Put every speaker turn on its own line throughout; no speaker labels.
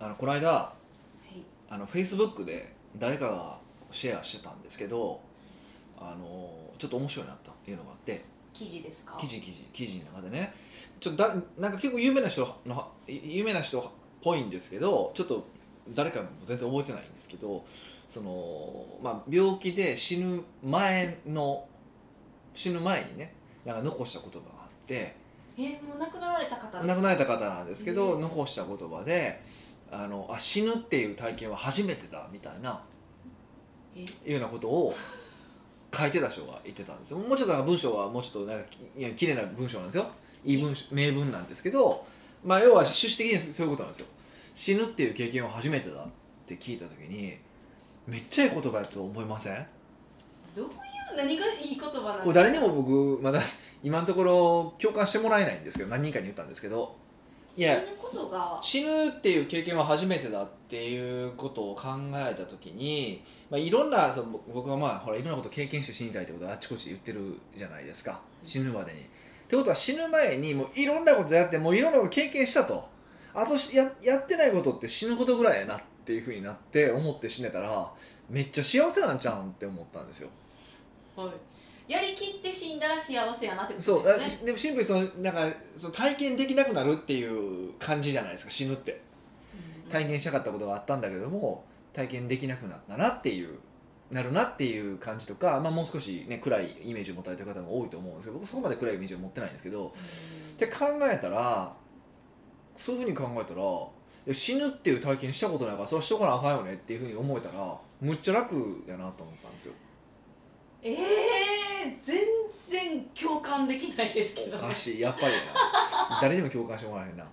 あのこの間
はい、
あの Facebook で誰かがシェアしてたんですけどあのちょっと面白いなというのがあって
記事ですか
記事記事記事の中でねちょっとだなんか結構有名な人の有名な人っぽいんですけどちょっと誰かも全然覚えてないんですけどその、まあ、病気で死ぬ前の死ぬ前にねなんか残した言葉があって
えーもう亡くなられた方です
亡くなられた方なんですけど、
うん
残した言葉であのあ死ぬっていう体験は初めてだみたいな
え
いうようなことを書いてた人が言ってたんですよもうちょっとなんか文章はもうちょっとなんかきいや綺麗な文章なんですよいい文章名文なんですけど、まあ、要は趣旨的にそういうことなんですよ死ぬっていう経験は初めてだって聞いた時にめっちゃいい言葉やと思いません
どういう何がいい言葉なん
これ誰にも僕まだ今のところ共感してもらえないんですけど何人かに言ったんですけどい
死
や
ぬことが
死ぬっていう経験は初めてだっていうことを考えた時に、まあ、いろんなその僕はまあほらいろんなことを経験して死にたいってことをあっちこっち言ってるじゃないですか死ぬまでに。ってことは死ぬ前にもういろんなことやってもういろんなこと経験したとあとしややってないことって死ぬことぐらいやなっていうふうになって思って死ねたらめっちゃ幸せなんちゃうんって思ったんですよ。
はいやりきって死んだら幸せやなってこ
そ
と
う
ですね
あでもシンプルにそのなんかその体験できなくなるっていう感じじゃないですか死ぬって。
うん
体験したかったことがあったんだけども体験できなくなったなっていうなるなっていう感じとか、まあ、もう少し、ね、暗いイメージを持たれてる方も多いと思うんですけど僕そこまで暗いイメージを持ってないんですけど
う
っ
ん
て考えたらそういうふうに考えたらいや死ぬっていう体験したことないからそれはしとかなあかんよねっていうふうに思えたらむっちゃ楽やなと思ったんですよ
えー、全然共感できないですけど
お
ね
かしいやっぱりな 誰にも共感してもらえへんな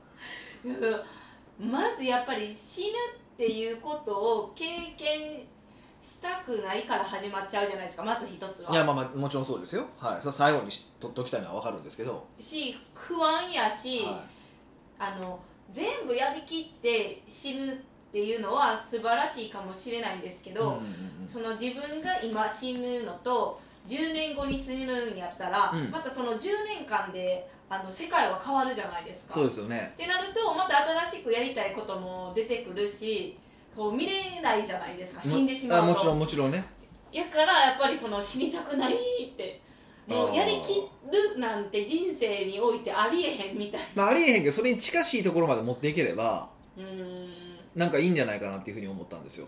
うんまずやっぱり死ぬっていうことを経験したくないから始まっちゃうじゃないですかまず一つはい
やまあまあもちろんそうですよ、はい、さ最後にし取っておきたいのは分かるんですけど、
し不安やし、
は
あの全部やりきって死ぬっていうのは素晴らしいかもしれないんですけ
い、うんうん
ど、
うん
その自分が今死ぬのと10年後に死ぬんやったら、
うん
またその10年間であの世界は変わるじゃないですか。
そうですよね
ってなるとまた新しくやりたいことも出てくるしこう見れないじゃないですか死んでしま
あ
う
もちろ
と
んもちろんね
やからやっぱりその死にたくないっても
あ
う
ー
やりきるなんて人生においてありえへんみたい
まあ、ありえへんけどそれに近しいところまで持っていければ
うーん
なんかいいんじゃないかなっていうふうに思ったんですよ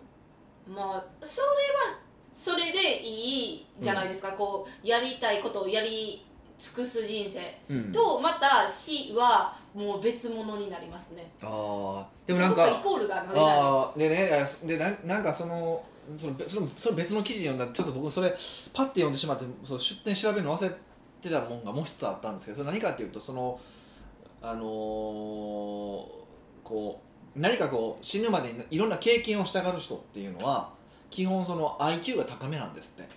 まあそれはそれでいいじゃないですか、こうやりたいことをやり尽くす人生、
うん
とまた死はもう別物になりますね
あーでもなん
そこがイ
か
コールがなれないです
あーでねあでなんなんかそのそのべそのその別の記事読んだちょっと僕それパッて読んでしまってそう出典調べるの忘れてたもんがもう一つあったんですけどそれ何かっていうとそのあのーこう何かこう死ぬまでにいろんな経験をしたがる人っていうのは基本その IQ が高めなんですって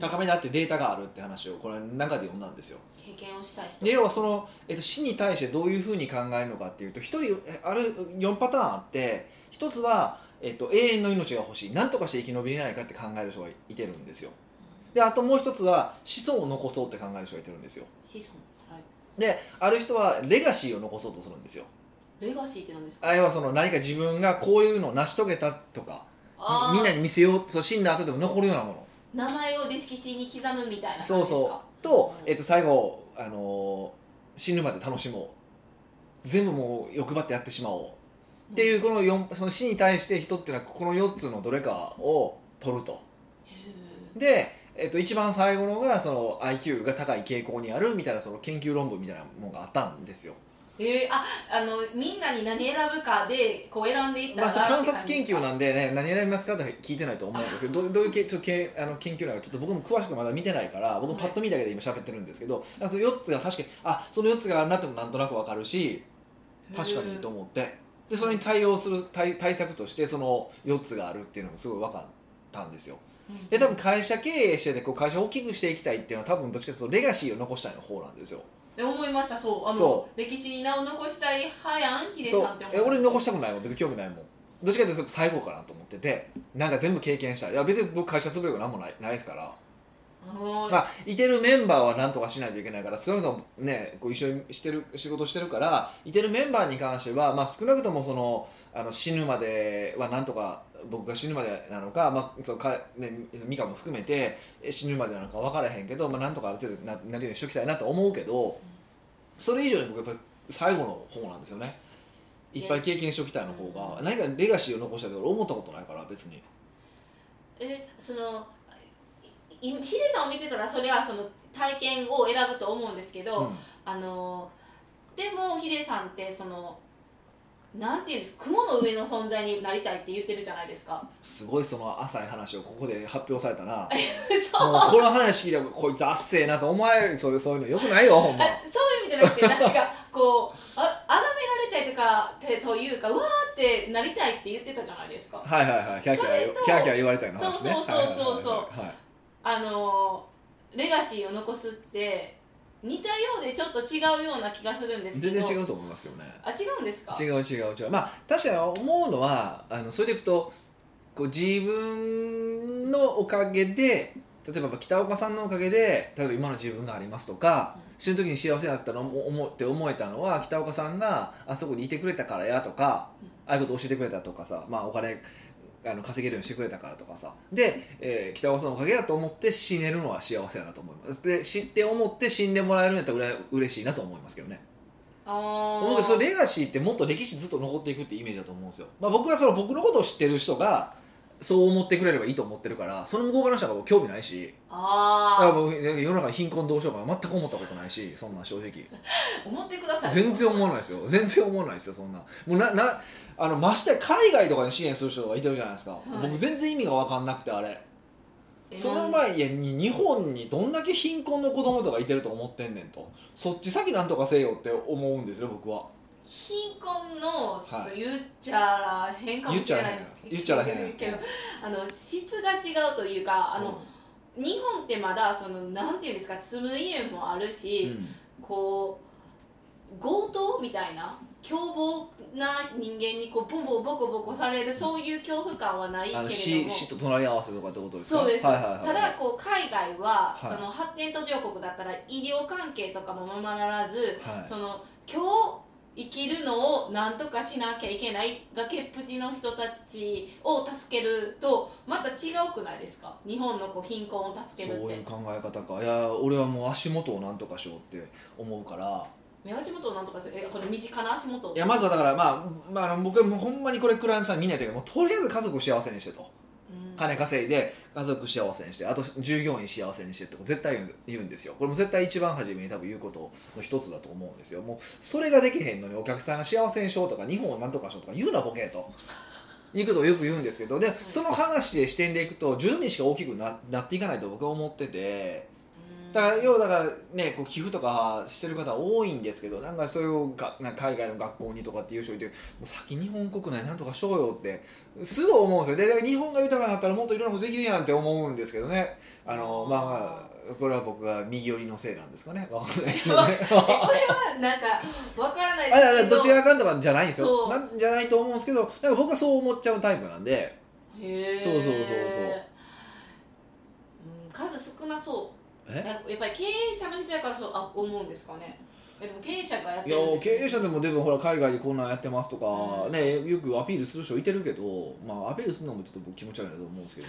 高めだっていうデータがあるって話をこれ中で読んだんですよ
経験をしたい人
で要はその、えっと、死に対してどういうふうに考えるのかっていうと1人えある4パターンあって1つは、えっと、永遠の命が欲しい何とかして生き延びれないかって考える人がいてるんですよであともう1つは子孫を残そうって考える人がいてるんですよ
子孫、はい、
である人はレガシーを残そうとするんですよ
レガシーって何ですか
あ要はその何か自分がこういうのを成し遂げたとか
あー
みんなに見せようそう死んだ後でも残るようなもの
名前をデ式紙に刻むみたいな感じですか
そうそうと、
うん
えっと、最後、あのー死ぬまで楽しもう全部もう欲張ってやってしまおうっていうこの四その死に対して人っていうのはこの4つのどれかを取ると
へ
で、えっと、一番最後のがその IQ が高い傾向にあるみたいなその研究論文みたいなものがあったんですよ、
ーえーああのみんなに何選ぶかでこう選んでいっ
ま
たら
あ、そう観察研究
ん
なんで、ね、何選びますかって聞いてないと思うんですけどどうどういうけちょっとけあの研究なのかちょっと僕も詳しくまだ見てないから僕もパッと見だけで今喋ってるんですけどだからその4つが確かにあその4つがあるなってもなんとなく分かるし確かにと思ってでそれに対応する対対策としてその4つがあるっていうのもすごい分かったんですよで多分会社経営しててこう会社を大きくしていきたいっていうのは多分どっちかというとレガシーを残したいの方なんですよ
で思いましたそうあの
そ
歴史に名を残したい派やんヒデ
そう
さんって思
え俺残したたくないもん別に興味ないもんどっちかというと最後かなと思っててなんか全部経験したいいや別に僕会社潰れることなんもないないですから
もう
まあ、いてるメンバーはなんとかしないといけないからそういうのをねこう一緒にしてる仕事してるからいてるメンバーに関しては、まあ、少なくともそのあの死ぬまではなんとか僕が死ぬまでなのか,、まあそのかね、美香も含めてえ死ぬまでなのか分からへんけど、まあ、なんとかある程度ななるようにしときたいなと思うけどそれ以上に僕やっぱり最後の方なんですよね。いっぱい経験しておきたいの方が何かレガシーを残したいとか思ったことないから別に
えそのいいヒデさんを見てたらそれはその体験を選ぶと思うんですけど、
うん
あのでもヒデさんってそのなんていうんですか雲の上の存在になりたいって言ってるじゃないです か
すごいその浅い話をここで発表されたな
そう
もうこの話聞いてもこいつあっせえなと思われるそういうそういうのよくないよほんま
あそういう意味じゃなくてなんかこうあ崇められたいとかてというかうわーってなりたいって言ってたじゃないですか
はいはいはいキャーキャー
それと
キャーキャー言われたいの話ね
そうそうそうそうそう
はいはいはいはい
あのレガシーを残すって似たようでちょっと違うような気がするんですけ
全
ど
然違
う
うと思いますけどね
あ違うんですか
違う違う違うまあ確かに思うのはあのそれでいくとこう自分のおかげで例えば北岡さんのおかげで例えば今の自分がありますとか、
うん
死ぬ時に幸せだったの思思って思えたのは北岡さんがあそこにいてくれたからやとか、
うん
ああいうこと教えてくれたとかさ、まあ、お金あの稼げるようにしてくれたからとかさで、えー北岡さんのおかげだと思って死ねるのは幸せだなと思いますで知って思って死んでもらえるんやったらうら嬉しいなと思いますけどね。
あ
思うけどそ
ー
れレガシーってもっと歴史ずっと残っていくってイメージだと思うんですよ、まあ、僕はその僕のことを知ってる人がそう思ってくれればいいと思ってるからその向こう側の人はもう興味ないしだから
あ
僕世の中に貧困どうしようかな全く思ったことないしそんなん正直
ー思ってください
全然思わないですよ全然思わないですよそんなもうななあのましてや海外とかに支援する人がいてるじゃないですか、
い
僕全然意味が分かんなくてあれ
え
その前に日本にどんだけ貧困の子供とかいてると思ってんねんとそっち先なんとかせよって思うんですよ僕は
貧困の、ちょっ
は
と言っちゃらへんかもしれないです
言っちゃらへん言っち
け
ゃらへん
どあの質が違うというかあの、日本ってまだそのなんていうんですか住む家もある
う
し、
ん
こう強盗みたいな凶暴な人間にこうボンボンボコボコされるそういう恐怖感はないけ
あ
れ
の
ど
死
も
死と隣り合わせとかってことですか
そうです
はいはいはい、
ただこう海外は、
はい
その発展途上国だったら医療関係とかもままならず、
はい
その今日生きるのを何とかしなきゃいけない崖っぷちの人たちを助けるとまた違うくないですか日本のこう貧困を助ける
そう
っ
いう
て
考え方かいや俺はもう足元をなんとかしようって思うから
目足元をなんとかするえこれ身近な足元を
いやまずはだからまあ、まあ、あの僕はもうほんまにこれクライアントさん見ないというかもうとりあえず家族を幸せにしてと
うん
金稼いで家族幸せにしてあと従業員幸せにしてってこと絶対言うんです言うんですよこれも絶対一番初めに多分言うことの一つだと思うんですよもうそれができへんのにお客さんが幸せにしようとか日本をなんとかしようとか言うなボケと。いうことをよく言うんですけどでその話で視点でいくと10人しか大きくななっていかないと僕は思ってて
うん
だから要はだからねこう寄付とかしてる方多いんですけどなんかそれをがなんか海外の学校にとかっていう人いてもう先日本国内なんとかしようよってすぐ思うんですよでだから日本が豊かになったらもっといろんなことできるやんって思うんですけどねあの
あー
まあこれは僕が右寄りのせいなんですかねわかんないけ
わ
ど
か
ね
えこれはなんかわからない
あだから
けど
どちらがあかんとかじゃないんです
そ
よ
う
なんじゃないと思うんですけどなんか僕はそう思っちゃうタイプなんで
へー
そうそうそうそう
うん数少なそう
え
ややっぱり経営者の人やからそうあ思うんですかねえでも経営者がやっ
い
て
や
るんです
経
よ
営者でもでもほら海外でこんなんやってますとか、
うん
ねよくアピールする人いてるけどまあアピールするのもちょっと僕気持ち悪いなと思うんです けど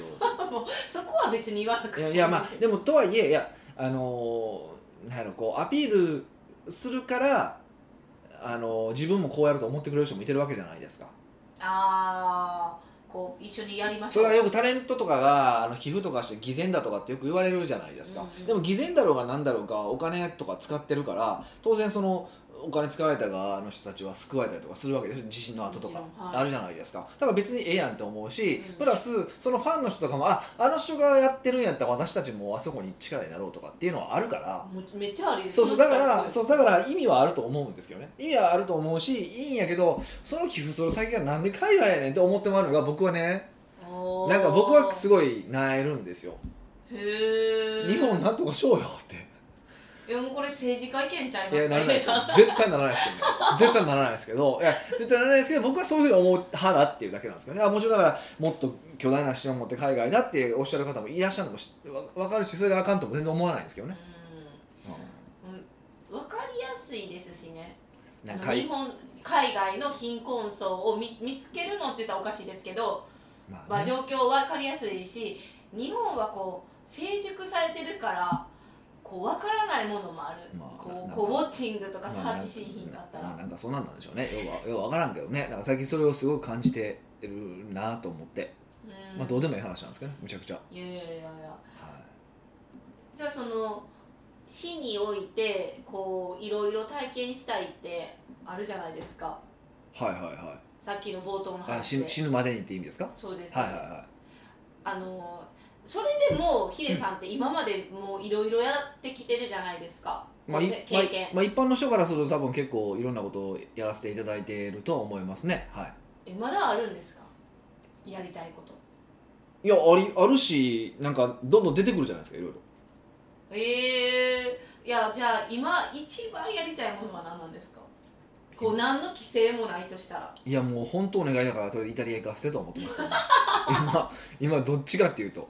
そこは別に言わなくて
い
も
やいやまあでもとはいえいやあのーなんやろこうアピールするからあのー自分もこうやると思ってくれる人もいてるわけじゃないですか
あーこう一緒にやりまし
そ
ょう
れはよくタレントとかがあの寄付とかして偽善だとかってよく言われるじゃないですか、
うんうん
でも偽善だろうが何だろうがお金とか使ってるから当然そのお金使われた側の人たちは救われたりとかするわけですよ地震の後とか
もちろんはい
あるじゃないですかだから別にええやんと思うし、
うん
プラスそのファンの人とかもああの人がやってるんやったら私たちもあそこに力になろうとかっていうのはあるから、
もうめっちゃありです
そうそうだか
確
ら
に
そうだから意味はあると思うんですけどね意味はあると思うしいいんやけどその寄付する先がなんで海外やねんって思ってもらうのが僕はね
おー
なんか僕はすごい萎えるんですよ
へー
日本なんとかしようよって
いやもうこれ政治家意見ちゃい
い
ま
や
す
な
か、
らな いで
ね、
すよ絶対ならないですけど ね絶対ならないですけどいや絶対ならないですけど僕はそういうふうに思う派だっていうだけなんですけどねあもちろんだからもっと巨大な資本を持って海外だっておっしゃる方もいらっしゃるのもしわ分かるしそれがあかんとも全然思わないんですけどね、
うんわかりやすいですしね
うん、なん
あ
か
の日本海外の貧困層を見見つけるのって言ったらおかしいですけど、
ま
ま
あ
あ、
ね
状況わかりやすいし日本はこう成熟されてるからこうわからないものもある、
まあ
こ
な
うこ
なん
う
か
ウォッチングとかサーチしひんかったら、
まあなんかそうなんなんでしょうねようわよう分からんけどねなんか最近それをすごく感じてるなと思って、
うん
まあどうでもいい話なんですけどねむちゃくちゃ、はい
やいやいやいやじゃあその死においてこういろいろ体験したいってあるじゃないですか
い、はいはいは
さっきの冒頭の
いあ死
話
ぬ
で
死ぬまでにって意味ですか
そうです
はいはい
そうです
は
あのそれでもヒデさんって今までもういろいろやってきてるじゃないですか、
いまあ、い
こう経験、
まあまあ一般の人からすると多分結構いろんなことをやらせていただいているとは思いますねはい
えまだあるんですかやりたいこと
いやありあるしなんかどんどん出てくるじゃないですかいろいろ
ええいやじゃあ今一番やりたいものは何なんですかこう何の規制もないとしたら
いやもう本当お願いだからとりあえずイタリア行かせてとは思ってます けど、ね、今今どっちかっていうと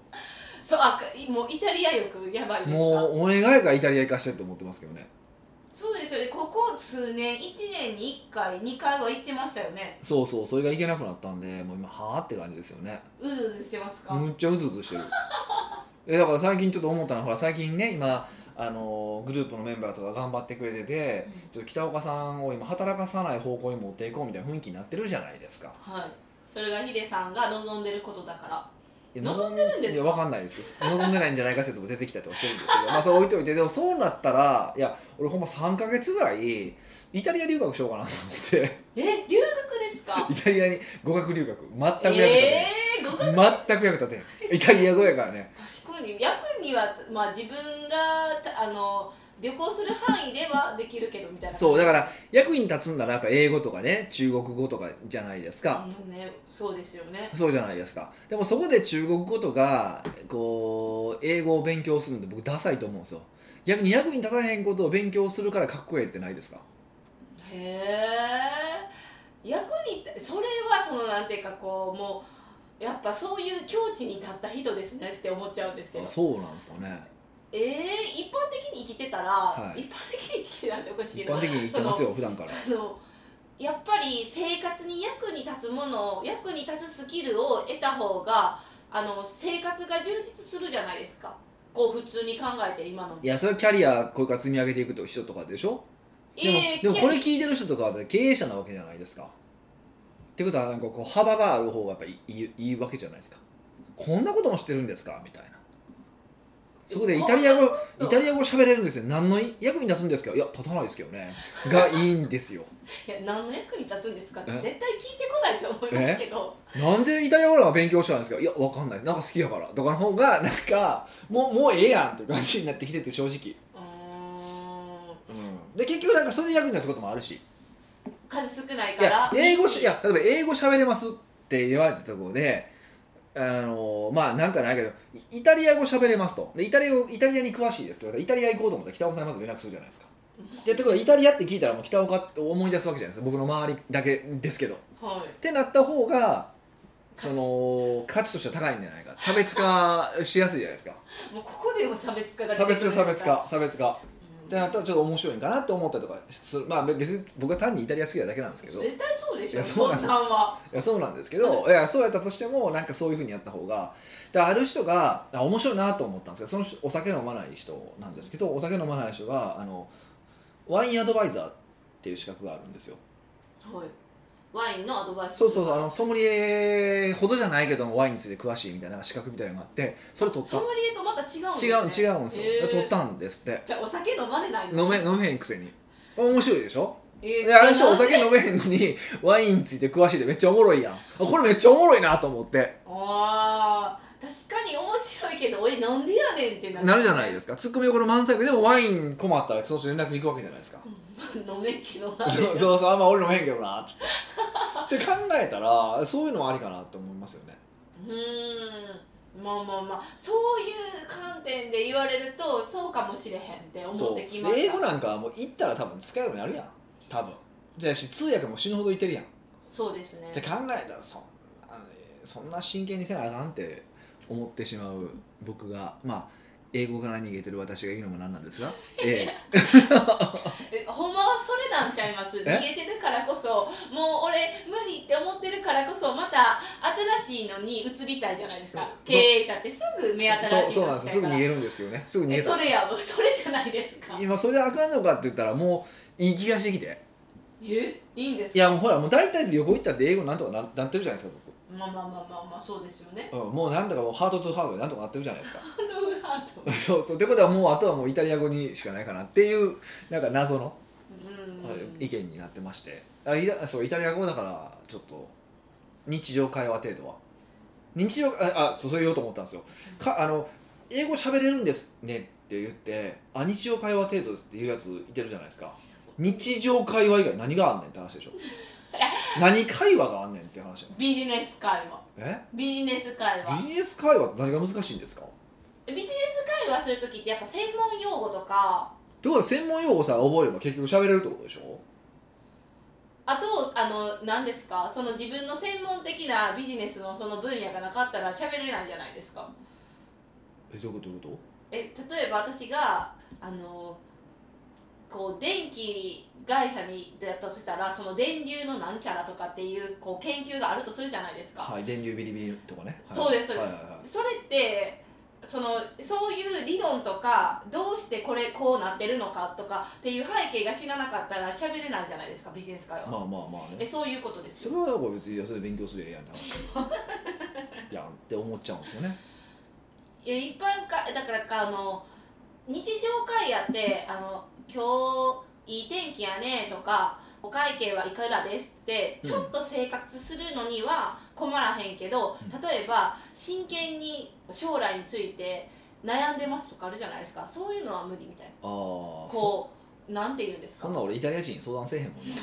そうあもうイタリア欲やばいですか
もうお願いがイタリア行かせてと思ってますけどね
そうですよねここ数年1年に1回2回は行ってましたよね
そうそうそれが行けなくなったんでもう今はあって感じですよね
うずうずしてますか、
むっちゃうずうず してるえだから最近ちょっと思ったのはほら最近ね今あのグループのメンバーとか頑張ってくれててちょっと北岡さんを今働かさない方向に持っていこうみたいな雰囲気になってるじゃないですか
はいそれがヒデさんが望んでることだから
いや
望んでるんですか
いやわかんないです望んでないんじゃないか説も出てきたりとかしてるんですけどまあそれ置いといてでもそうなったらいや俺ほんま3か月ぐらいイタリア留学しようかなと思って
え留学ですか
イタリアに語学留学全く役立て
え
へ
えー、語学
ん、全く役立てへんイタリア語やからね
確かに役には、まあ、自分がたあの旅行する範囲ではできるけどみたいな
そうだ
か
から役に立つんならやっぱ英語とかね中国語とかじゃないですか、
ね、そうですよね
そうじゃないですかでもそこで中国語とかこう英語を勉強するのって僕ダサいと思うんですよ逆に役に立たへんことを勉強するからかっこええってないですか
へえ役に立それはそのなんていうかこうもうやっぱそういう境地に立った人ですねって思っちゃうんですけど
あそうなんですかね
えー、一般的に生きてたら、
はい
一般的に生きてたらっておかしいけ
一
ど
般的に生きてますよ普段から
あのやっぱり生活に役に立つものを役に立つスキルを得た方があの生活が充実するじゃないですかこう普通に考えて今の
いやそれはキャリアこれから積み上げていくと人とかでしょでも,、
えー
でもこれ
け
聞いてる人とかは経営者なわけじゃないですかってことはなんかこう幅がある方がやっぱいいいいいわけじゃないですかこんなことも知ってるんですかみたいなそこでイタリア語
うん
イタリア語喋れるんですよ何の役に立つんですかいや立たないですけどねがいいんです よ
いや何の役に立つんですかって
え
絶対聞いてこないと思いますけど
なんでイタリア語なんか勉強したんですかいやわかんないなんか好きやからとかの方がなんかもうもうええやんって感じになってきてて正直、
うーん
で結局なんかそれで役に立つこともあるし
数少ない
い
から
や英語しいや例えば英語喋れますって言われたところであのまあなんかないけどイイタリア語喋れますとでイタリア語イタリアに詳しいですって言われたらイタリア行こうと思ったら北岡さんにまず連絡するじゃないですか。でってことはイタリアって聞いたらもう北岡って思い出すわけじゃないですか僕の周りだけですけど。っ
はい
てなった方が
価
そ
値
の価値としては高いんじゃないか差別化しやすいじゃないです か
もうここでも差別化が出て
差
くる
別化差別化差別化
うん
ってなったらちょっと面白いんかなって思ったりとかするまあ別に僕は単にイタリア好きなだけなんですけど
絶対そうでし
い
ょ
やそう
そ
なんん
な
だ
んはい
やそうなんですけど、い、やそうやったとしてもなんかそういうふうにやった方がである人があ面白いなと思ったんですけどその人お酒飲まない人なんですけどお酒飲まない人があのワインアドバイザーっていう資格があるんですよ
はいワインのアドバイス
そうそうそうあのソムリエほどじゃないけどワインについて詳しいみたいな資格みたいなのがあってそれ取った
ソムリエとまた違うんです、
違
ね、
う違うんですよ、
へー
取ったんですって
お酒飲まれないの
飲め飲めへんくせに面白いでしょ
え
であの人お酒
あ
飲めへんのにワインについて詳しいでめっちゃおもろいやんあこれめっちゃおもろいなと思って
あー確かに面白いけど俺なんでやねんってなる
なるじゃないですすかツッコミどころ満載でもワイン困ったらその人連絡行くわけじゃないですか
飲めんけどな
そうそうそうあんま俺飲めへんけどなっつってって考えたらそういうのもありかなと思いますよね
うーんまあまあまあそういう観点で言われるとそうかもしれへんって思
そ
っ
う
て
で
きまし
英
た
語なんかはもう行ったら多分使えるようになるやん多分じゃあし通訳も死ぬほどいてるやんっ
そうですね
て考えたらそんなそんな真剣にせなあかんって思ってしまう僕がまあ英語から逃げてる私が言うのもなんなんですが、ええ、
えほんまはそれなんちゃいます逃
え
げてるからこそもう俺無理って思ってるからこそまた新しいのに移りたいじゃないですか
そう
経営者ってすぐ目 新しい
そ
の
うそうなんですよすぐ逃げ
る
るんですけどねすぐ逃げ
そ
た
れやわそれじゃないですか
今それであかんのかって言ったらもういい気がしてきて
えいいんです
い
か
やもうほらもう大体旅行行ったって英語なんとかななってるじゃないですか
まあまあまあまあまあそうですよね
僕、うん、もうなんとかもうハートとハートでなんとかなってるじゃないですか
ハンドハート
そうそうってことはもうあとはもうイタリア語にしかないかなっていうなんか謎の
うん
意見になってましてあイタそうイタリア語だからちょっと日常会話程度は日常ああそうそれ言おうと思ったんですよかあの英語喋れるんですねって言ってあ日常会話程度ですっていうやついてるじゃないですか日常会話以外何があんねんって話でし ょ何会話があんねんって話やね
ビジネス会話
え
ビジネス会話
ビジネス会話って何が難しいんですか
ビジネス会話する時ってやっぱ専門用語とか
どうは専門用語さえ覚えれば結局喋れるってことでしょ
あとあの何ですかその自分の専門的なビジネスのその分野がなかったら喋れないじゃないですか
えどういうことどういうこ
え例えば私があのこう電気会社にだったとしたらその電流のなんちゃらとかっていうこう研究があるとするじゃないです
と
か、
はい電流ビリビリとかねはい
そうですそうです
はいはいはい
それってそのそういう理論とかどうしてこれこうなってるのかとかっていう背景が知らなかったら喋れないじゃないですかビジネス会話、
まあまあまあ
え
ね
そういうことです
そ
よ
れはやっぱ別にいやそれで勉強するやんって話いやんって思っちゃうんですよね
いや一般かだからかあの日常会やってあの「今日いい天気やね」とか「お会計はいくらです」って
うん
ちょっと生活するのには困らへんけど、
うん
例えば真剣に将来について悩んでますとかあるじゃないですかそういうのは無理みたいな
ああそ
こうなんて言うんですか
そんな俺イタリア人に相談せえへんもんね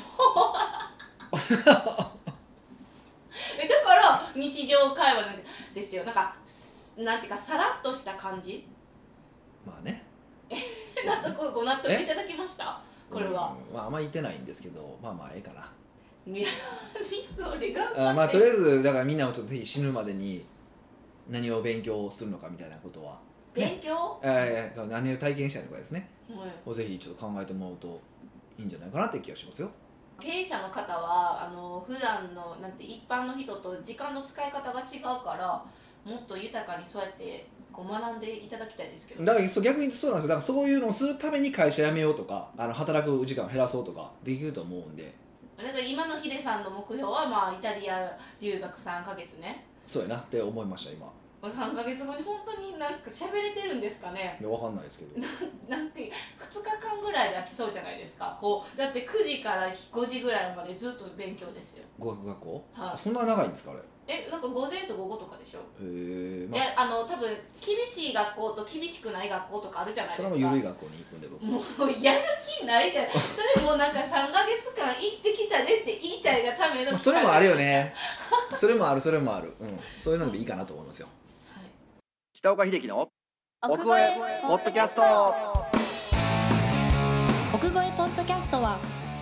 えだから日常会話なんてですよなんかすなんていうかさらっとした感じ
まあ ね
納得ご納得いただきました これは、
うんまああんま言ってないんですけどまあまあええかない
や何それが
あまあとりあえずだからみんなもちょっとぜひ死ぬまでに何を勉強するのかみたいなことは、
勉強、
えー、何を体験したいのかですね
はい
をぜひちょっと考えてもらうといいんじゃないかなって気がしますよ
経営者の方はあの普段のなんて一般の人と時間の使い方が違うからもっと豊かにそうやってこう学んでいただきたいですけど
だからそう逆にそうなんですよだからそういうのをするために会社辞めようとかあの働く時間を減らそうとかできると思うんで
なんか今のヒデさんの目標は、まあ、イタリア留学3か月ね
そうやなって思いました今
3か月後に本当になんか喋れてるんですかね
いやわかんないですけ ど
なんて2日間ぐらいで飽きそうじゃないですかこうだって9時から5時ぐらいまでずっと勉強ですよ
語学学校
は
そんな長いんですかあれへ
いえなんか午前と午後とかでしょ、
えま
えあの多分厳しい学校と厳しくない学校とかあるじゃ
あ
ない
そ
です
れ
か
も緩い学校に行くんで僕
もうやる気ないじゃんそれもうなんか3か月間行ってきたねって言いたいがための
まあそれもあるよねそれもあるそれもあるうんそういうのでいいかなと思いますよ北岡秀樹の奥越えポッドキャスト
奥越えポッドキャストは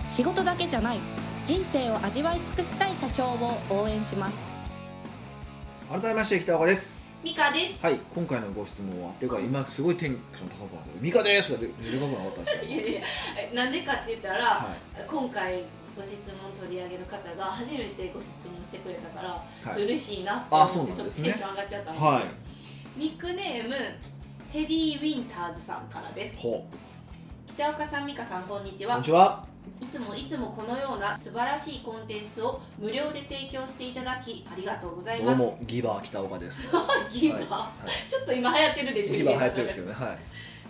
仕事だけじゃない人生を味わい尽くしたい社長を応援します
改めまして北岡です
ミカです
はい今回のご質問はっていうか今すごいテンション高くなってる「ミカです!」とかで出かくなかったんですけ
い
ど
やいやえなんでかって言ったら、
は
今回ご質問取り上げる方が初めてご質問してくれたから、
いはい
嬉しいなって
あ
思って
そうなんで
ちょっと
す
テ
ね
ンション上がっちゃったんですけど
は
ニックネームテディ・ウィンターズさんからで
い
す
ほう
北岡さん美香さんこんにち
こん
は
にちはい
つもいつもこのような素晴らしいコンテンツを無料で提供していただきありがとうござい
どう
ます
もギバー北岡 です。
ギバ
は
ー、
いはい
ちょっと今流行ってるでしょ
ギバー流行ってるんですけどね。はい。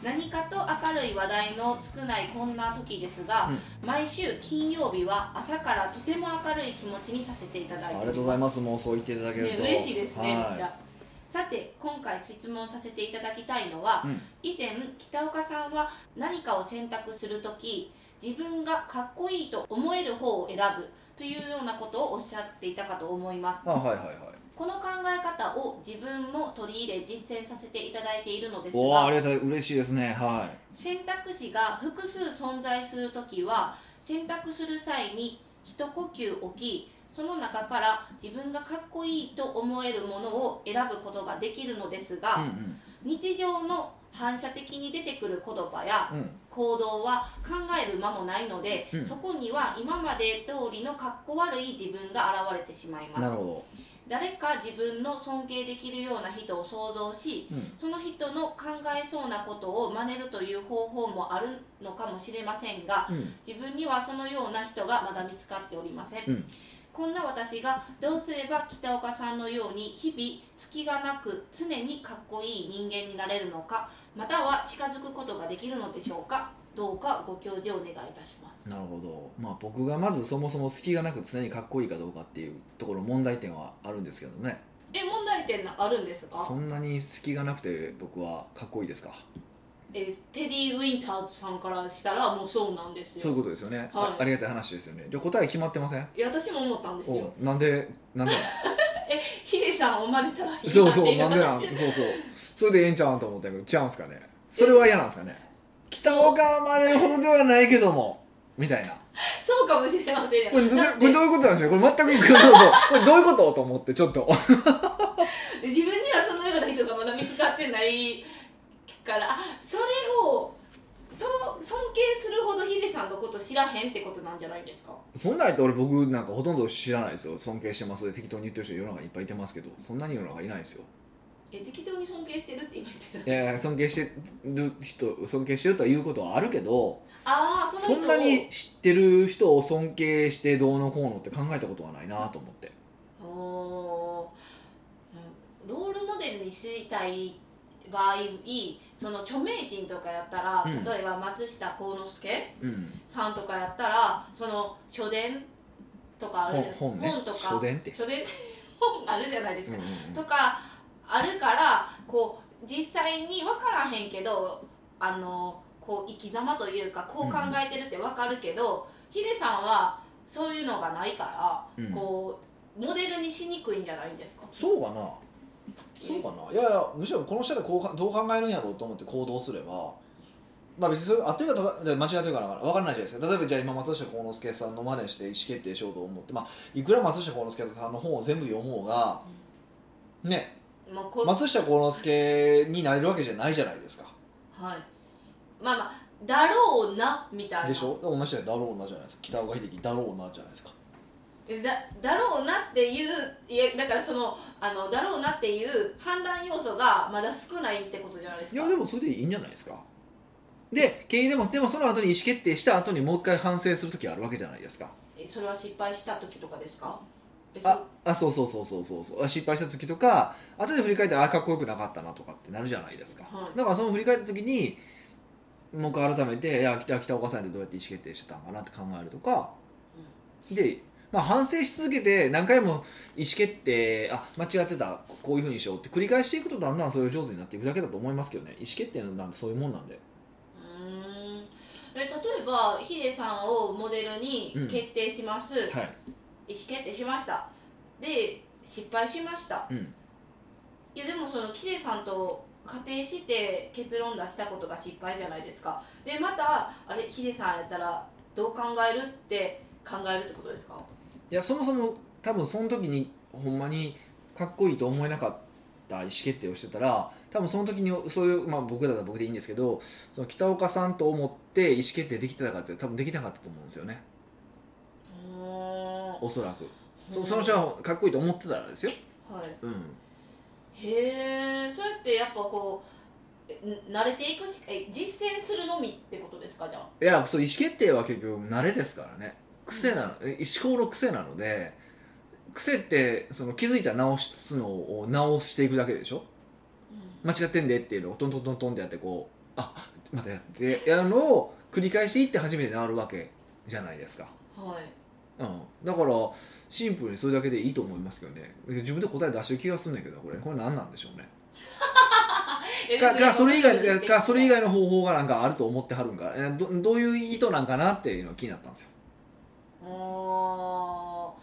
何かと明るい話題の少ないこんな時ですが、毎週金曜日は朝からとても明るい気持ちにさせていただい
あり
てお
が
り
と
ま
うご
す
ざいます。もうそう言っていただける
ね
と。、
嬉しいですね、
はい
じゃあさて今回質問させていただきたいのは、
うん
以前北岡さんは何かを選択する時自分がかっこいいと思える方を選ぶというようなことをおっしゃっていたかと思います
あはいはいはい。
この考え方を自分も取り入れ実践させていただいているのです
おーあり
が
がたい嬉しいですねは
選択肢が複数存在するときは選択する際に一呼吸置きその中から自分がかっこいいと思えるものを選ぶことができるのです
い、う
が、
ん
日常の反射的に出てくる言葉や
うんうん、
行動は考える間もないので、
うん
そこには今まで通りのかっこ悪い自分が現れてしまいま
なる
す
ほ
誰か自分の尊敬できるような人を想像し
ど、うん
その人の考えそうなことを真似るという方法もあるのかもしれませんが
うん、
自分にはそのような人がまだ見つかっておりません、
うん
こんな私がどうすれば北岡さんのように日々隙がなく常にかっこいい人間になれるのかまたは近づくことができるのでしょうかどうかご教示お願いいたします
なるほど、まあ、僕がまずそもそも隙がなく常にかっこいいかどうかっていうところ問題点はあるんですけどね
え問題点あるんですか
そんなに隙がなくて僕はかっこいいですか
えテディ・ウィンターズさんからしたらもうそうなんです
そうい
よ
うことですよね、
はい
あありがたい話ですよねじゃあ答え決まってません
いや私も思ったんですよ
おなんでなんでな
ヒデさんを真似た らいいなって
ん
い
そうそうなんでなん
話
そうそうそれでええんちゃうんと思ったけど違うんすかねそれは嫌なんですかね北岡までほどではないけどもみたいな
そうかもしれませんね
これど
だって
これどういうことなんでしょうこれ全くいくそうそうこれどういうことと思ってちょっと
自分にはそのような人がまだ見つかってないからあそれをそう尊敬するほどヒデさんのこと知らへんってことなんじゃないですか
そんなんやったら俺僕なんかほとんど知らないですよ尊敬してますで適当に言ってる人世の中にいっぱいいてますけどそんなに世の中いないですよ
え適当に尊敬してるって今言ってたん
い
です
やいや尊敬してる人尊敬してるとは言うことはあるけど
ああそ
そ
の人
んなに知ってる人を尊敬してどうのこうのって考えたことはないなと思って
おーうんロールモデルにしたい場合その著名人とかやったら、
うん
例えば松下幸之助
うん
さんとかやったらその書伝とかあるじゃない
本本ね
とか
書伝って
書伝って 本あるじゃないですか
うんうんうん
とかあるからこう実際に分からへんけどあのこう生き様というかこう考えてるって分かるけど、ヒデさんはそういうのがないから、
うん
こうモデルにしにくいんじゃないんですか
そうかなそうかないやいやむしろこの人でこうかどう考えるんやろうと思って行動すればまあ別にそれあってるかただ間違ってるかわからないじゃないですか例えばじゃあ今松下幸之助さんの真似して意思決定しようと思ってまあいくら松下幸之助さんの本を全部読もうがね
まあこう
松下幸之助になれるわけじゃないじゃないですか
はい、まあまあだろうなみたいな
でしょ同じだよだろうなじゃないですか北岡秀樹だろうなじゃないですか
えだだろうなっていういやだからそのあのだろうなっていう判断要素がまだ少ないってことじゃないです
い
か
やでもそれでいいんじゃないですかで経営でもでもその後に意思決定した後にもう一回反省する時あるわけじゃないですか
えそれは失敗した時とかですかえそ
ああそうそうそうそうそうそうあ失敗した時とか後で振り返ってあかっこよくなかったなとかってなるじゃないですか、
はい
だからその振り返った時にもう一回改めていや北北岡さんってどうやって意思決定してたのかなって考えるとか、で、まあ、反省し続けて何回も意思決定あ間違ってたこういうふうにしようって繰り返していくとだんだんそれを上手になっていくだけだと思いますけどね意思決定なんてそういうもんなんで
うーんえ例えばヒデさんをモデルに
うん
決定します、
はい、
意思決定しましたで失敗しました
うん、
いやでもそのヒデさんと仮定して結論出したことが失敗じゃないですかでまたあれヒデさんやったらどう考えるって考えるってことですか
いやそもそも多分その時にほんまにかっこいいと思えなかった意思決定をしてたら多分その時にそういう、まあ、僕だったら僕でいいんですけどその北岡さんと思って意思決定できてたかって多分できなかったと思うんですよね
うーん
おそらく
う
そ
ん
その人はかっこいいと思ってたらですよ、
はい
うん、
へえそうやってやっぱこうえ慣れていくしえ実践するのみってことですかじゃ
い
あ
やそう意思決定は結局慣れですからね癖なの、え思考の癖なので癖ってその気づいたら直すのを直していくだけでしょ間違ってんでっていうのをトントントントンってやってこうあまたやってやるのを繰り返していって初めて治るわけじゃないですか、
はい
うん、だからシンプルにそれだけでいいと思いますけどね自分で答え出してる気がするんだけどこれこれ何なんでしょうね
え
か
でも
かそれ以
で
外
も
かそれ以外の方法がなんかあると思ってはるんかえどどういう意図なんかなっていうのが気になったんですよ、
あ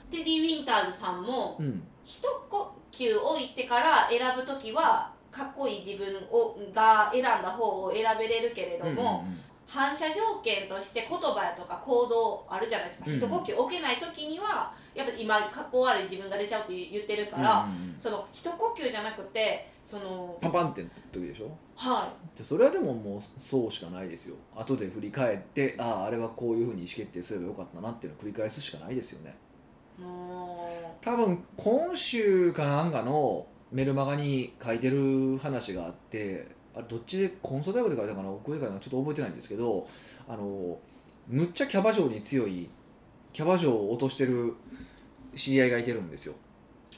ーテディ・ウィンターズさんも
うん、
一呼級を言ってから選ぶ時はかっこいい自分をが選んだ方を選べれるけれども、反射条件として言葉やとか行動あるじゃないですか、
うん
一呼吸置けない時にはやっぱ今かっこ悪い自分が出ちゃうって言ってるから、その一呼吸じゃなくてその
パンパンって時でしょ
は
じゃあそれはでももうそうしかないですよ後で振り返ってあああれはこういうふうに意思決定すればよかったなっていうのを繰り返すしかないですよね
いも
多分今週かなんかのメルマガに書いてる話があってあれどっちでコンソ大学で書いたかな僕で書いたかなちょっと覚えてないんですけどあのむっちゃキャバ嬢に強いキャバ嬢を落としてる知り合いがいてるんですよ、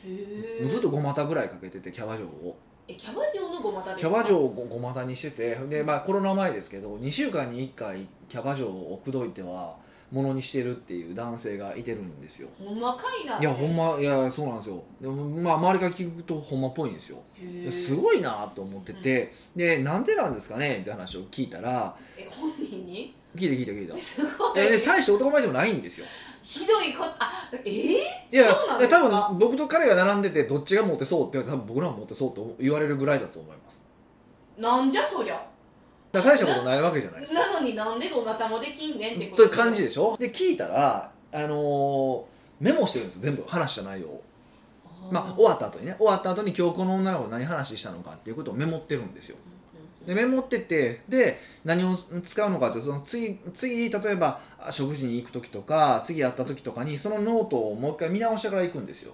うへ
も
え
うずっと5股ぐらいかけててキャバ嬢を
えキャバ嬢のごまたです
キャ
か
バ嬢をご股にしててで、まあ、コロナ前ですけど2週間に1回キャバ嬢を口説いてはものにしてるっていう男性がいてるんですよ
ほんまかいない
いやほんまいやそうなんですよでもまあ周りから聞くとほんまっぽいんですよす
い
ごいなと思ってて、でなんでなんですかねって話を聞いたら
え本人に
聞いて聞いて聞いた
すごい
えで大して男前でもないんですよ
ひどいことあえー、
いや
そうなんですか
多分僕と彼が並んでてどっちがモテそうって多分僕らもモテそうと言われるぐらいだと思います
なんじゃそりゃ
だから大したことないわけじゃないですか
なのになんでごまたもできんねんって
っ
こと
と感じでしょで聞いたらあのーメモしてるんですよ全部話した内容をまあ終わった後にね終わった後に今日この女の子と何話したのかっていうことをメモってるんですよでメモっててで何を使うのかってその次次例えばあ食事に行く時とか次会った時とかにそのノートをもう一回見直してから行くんですよ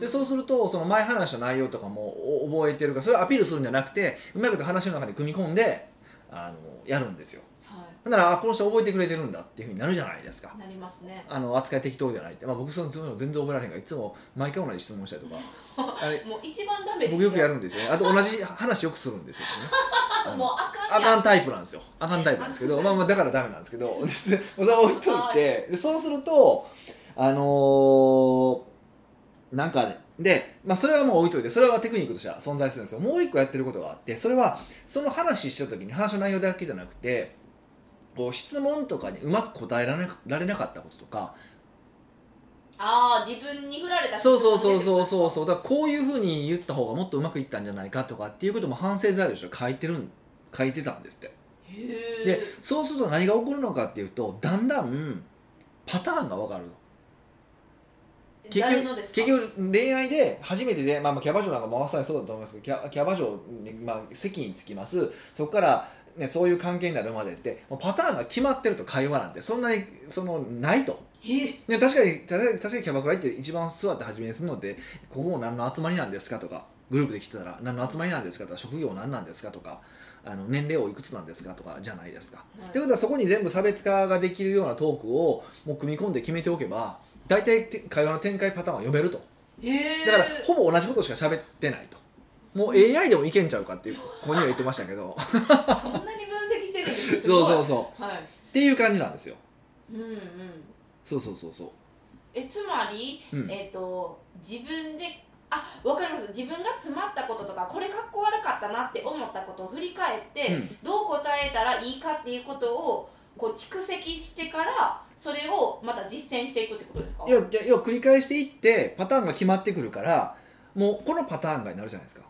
でそうするとその前話した内容とかもお覚えてるからそれをアピールするんじゃなくてうまいこと話の中で組み込んであのやるんですよ
は
ほんならあこの人覚えてくれてるんだっていうふうになるじゃないですか
いなりますね
あの扱い適当じゃないって、まあ、僕その全然覚えられへんからいつも毎回同じ質問したりとか あれ
もう一番ダメです
僕よくやるんですよねあと同じ話よくするん ですよ、ね
あ、もうあか
あ
んや
かんタイプなんですよあかんタイプなんですけどまあまあだからダメなんですけどそれは置いといてでそうするとあのーなんかねで、まあ、それはもう置いといてそれはテクニックとしては存在するんですよもう一個やってることがあってそれはその話した時に話の内容だけじゃなくてこう質問とかにうまく答えられなられなかったこととか
ああ自分に振られた
そうそうそうそうそうそうだからこういうふうに言った方がもっとうまくいったんじゃないかとかっていうことも反省材料として書いてるん書いてたんですって
へえ
でそうすると何が起こるのかっていうとだんだんパターンが分かるの結
誰
局
のです
結
か
局恋愛で初めてで、まあ、まあキャバ嬢なんかもまさにそうだと思いますけどキャキャバ嬢に、まあ、席につきますそこから、ね、そういう関係になるまでってもうパターンが決まってると会話なんてそんなにそのないと。
え
で確かに確かに確かにキャバクラ行って一番座って始めにするのってここも何の集まりなんですかとかグループで来てたら何の集まりなんですかとか職業何なんですかとかあの年齢をいくつなんですかとかじゃないですか。
はい
ってことはそこに全部差別化ができるようなトークをもう組み込んで決めておけば大体て会話の展開パターンは読めると
へえ
だからほぼ同じことしか喋ってないともう AI でもいけんちゃうかっていう子には言ってましたけど
そんなに分析してるんですよす
そ
ご
う
い
そうそう
はい
っていう感じなんですよ
うんうん
そうそうそうそう
えつまり、
うん
えっ、と自分であわかります自分が詰まったこととかこれかっこ悪かったなって思ったことを振り返って、
うん
どう答えたらいいかっていうことをこう蓄積してからそれをまた実践していくってことですか
いやじゃあ要は繰り返していってパターンが決まってくるからもうこのパターンがになるじゃないですか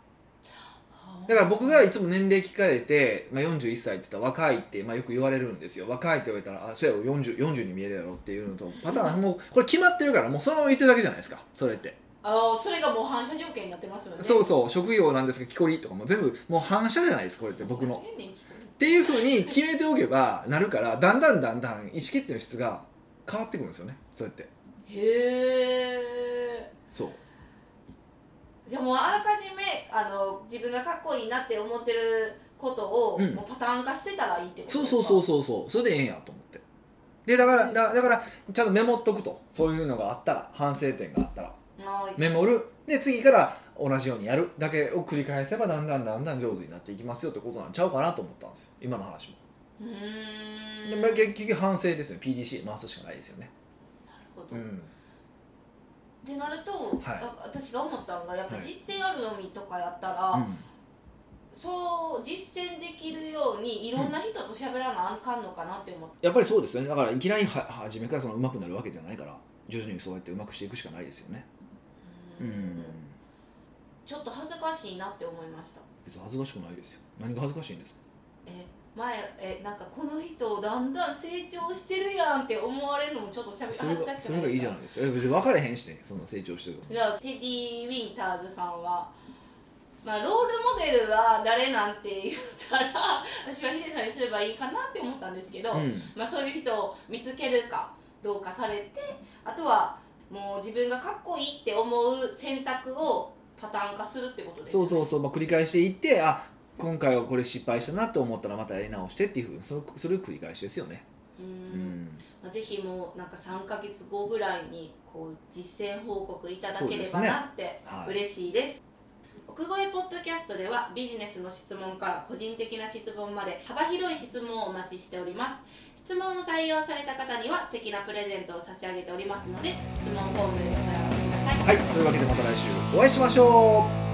だから僕がいつも年齢聞かれて、まあ、41歳って言ったら若いって、まあ、よく言われるんですよ若いって言われたらあそうやろ 40, 40に見えるやろっていうのとパターンもうこれ決まってるからもうそのまま言ってるだけじゃないですかそれって
あーそれがもう反射条件になってますよね
そうそう職業なんですが木こりとかも全部もう反射じゃないですこれって僕の
変ねん聞こ
っていうふうに決めておけばなるからだんだんだんだん意思決定の質が変わってくるんですよねそうやって
えへえ
そう
じゃあもうあらかじめあの自分がかっこいいなって思ってることを、
うん
もうパターン化してたらいいってことです
そう
か
そうそうそうそうそれでええんやと思ってでだから
うん
だだからちゃんとメモっとくとそういうのがあったら反省点があったら
は
メモるで次から同じようにやるだけを繰り返せばだんだんだんだん上手になっていきますよってことなんちゃうかなと思ったんですよ今の話も
いうー
で
ん
まあ結局反省ですよ PDC 回すしかないですよね
なるほ
う
ど、っ
ん
てなると、
い
あ私が思ったのがやっぱ
はい
実践あるのみとかやったら、
うん
そう実践できるようにいろんな人と喋らなあかんのかなって思って、
やっぱりそうですよねだからいきなりは初めからその上手くなるわけじゃないから徐々にそうやって上手くしていくしかないですよね
う
うんん
ちょっと恥ずかしいなって思いました
別に恥ずかしくないですよ何が恥ずかしいんですか
え前えなんかこの人だんだん成長してるやんって思われるのもちょっとしゃべ
それ
恥ず
が
かし
そ
くな
れがい
い
い
です
じ
か
ゃないですかえ別に分かれへんしねそんな成長してる
じゃあテディ・ウィンターズさんは、まあ、ロールモデルは誰なんて言ったら私はヒデさんにすればいいかなって思ったんですけど、
うん
まあ、そういう人を見つけるかどうかされてあとはもう自分がかっこいいって思う選択をパターン化するってことです
そうそううそう、まあ、繰り返していってあ今回はこれ失敗したなと思ったらまたやり直してっていうふうにそのそれを繰り返しですよね
う、
うんん
まあ、ぜひもうなんか3か月後ぐらいにこう実践報告いただ
そう
け
で
れ
す
ば
ね
なって、
はい
嬉しいです奥越ポッドキャストではビジネスの質問から個人的な質問まで幅広い質問をお待ちしております質問を採用された方には素敵なプレゼントを差し上げておりますので質問フォームでお問い合わせください
はい、というわけでまた来週お会いしましょう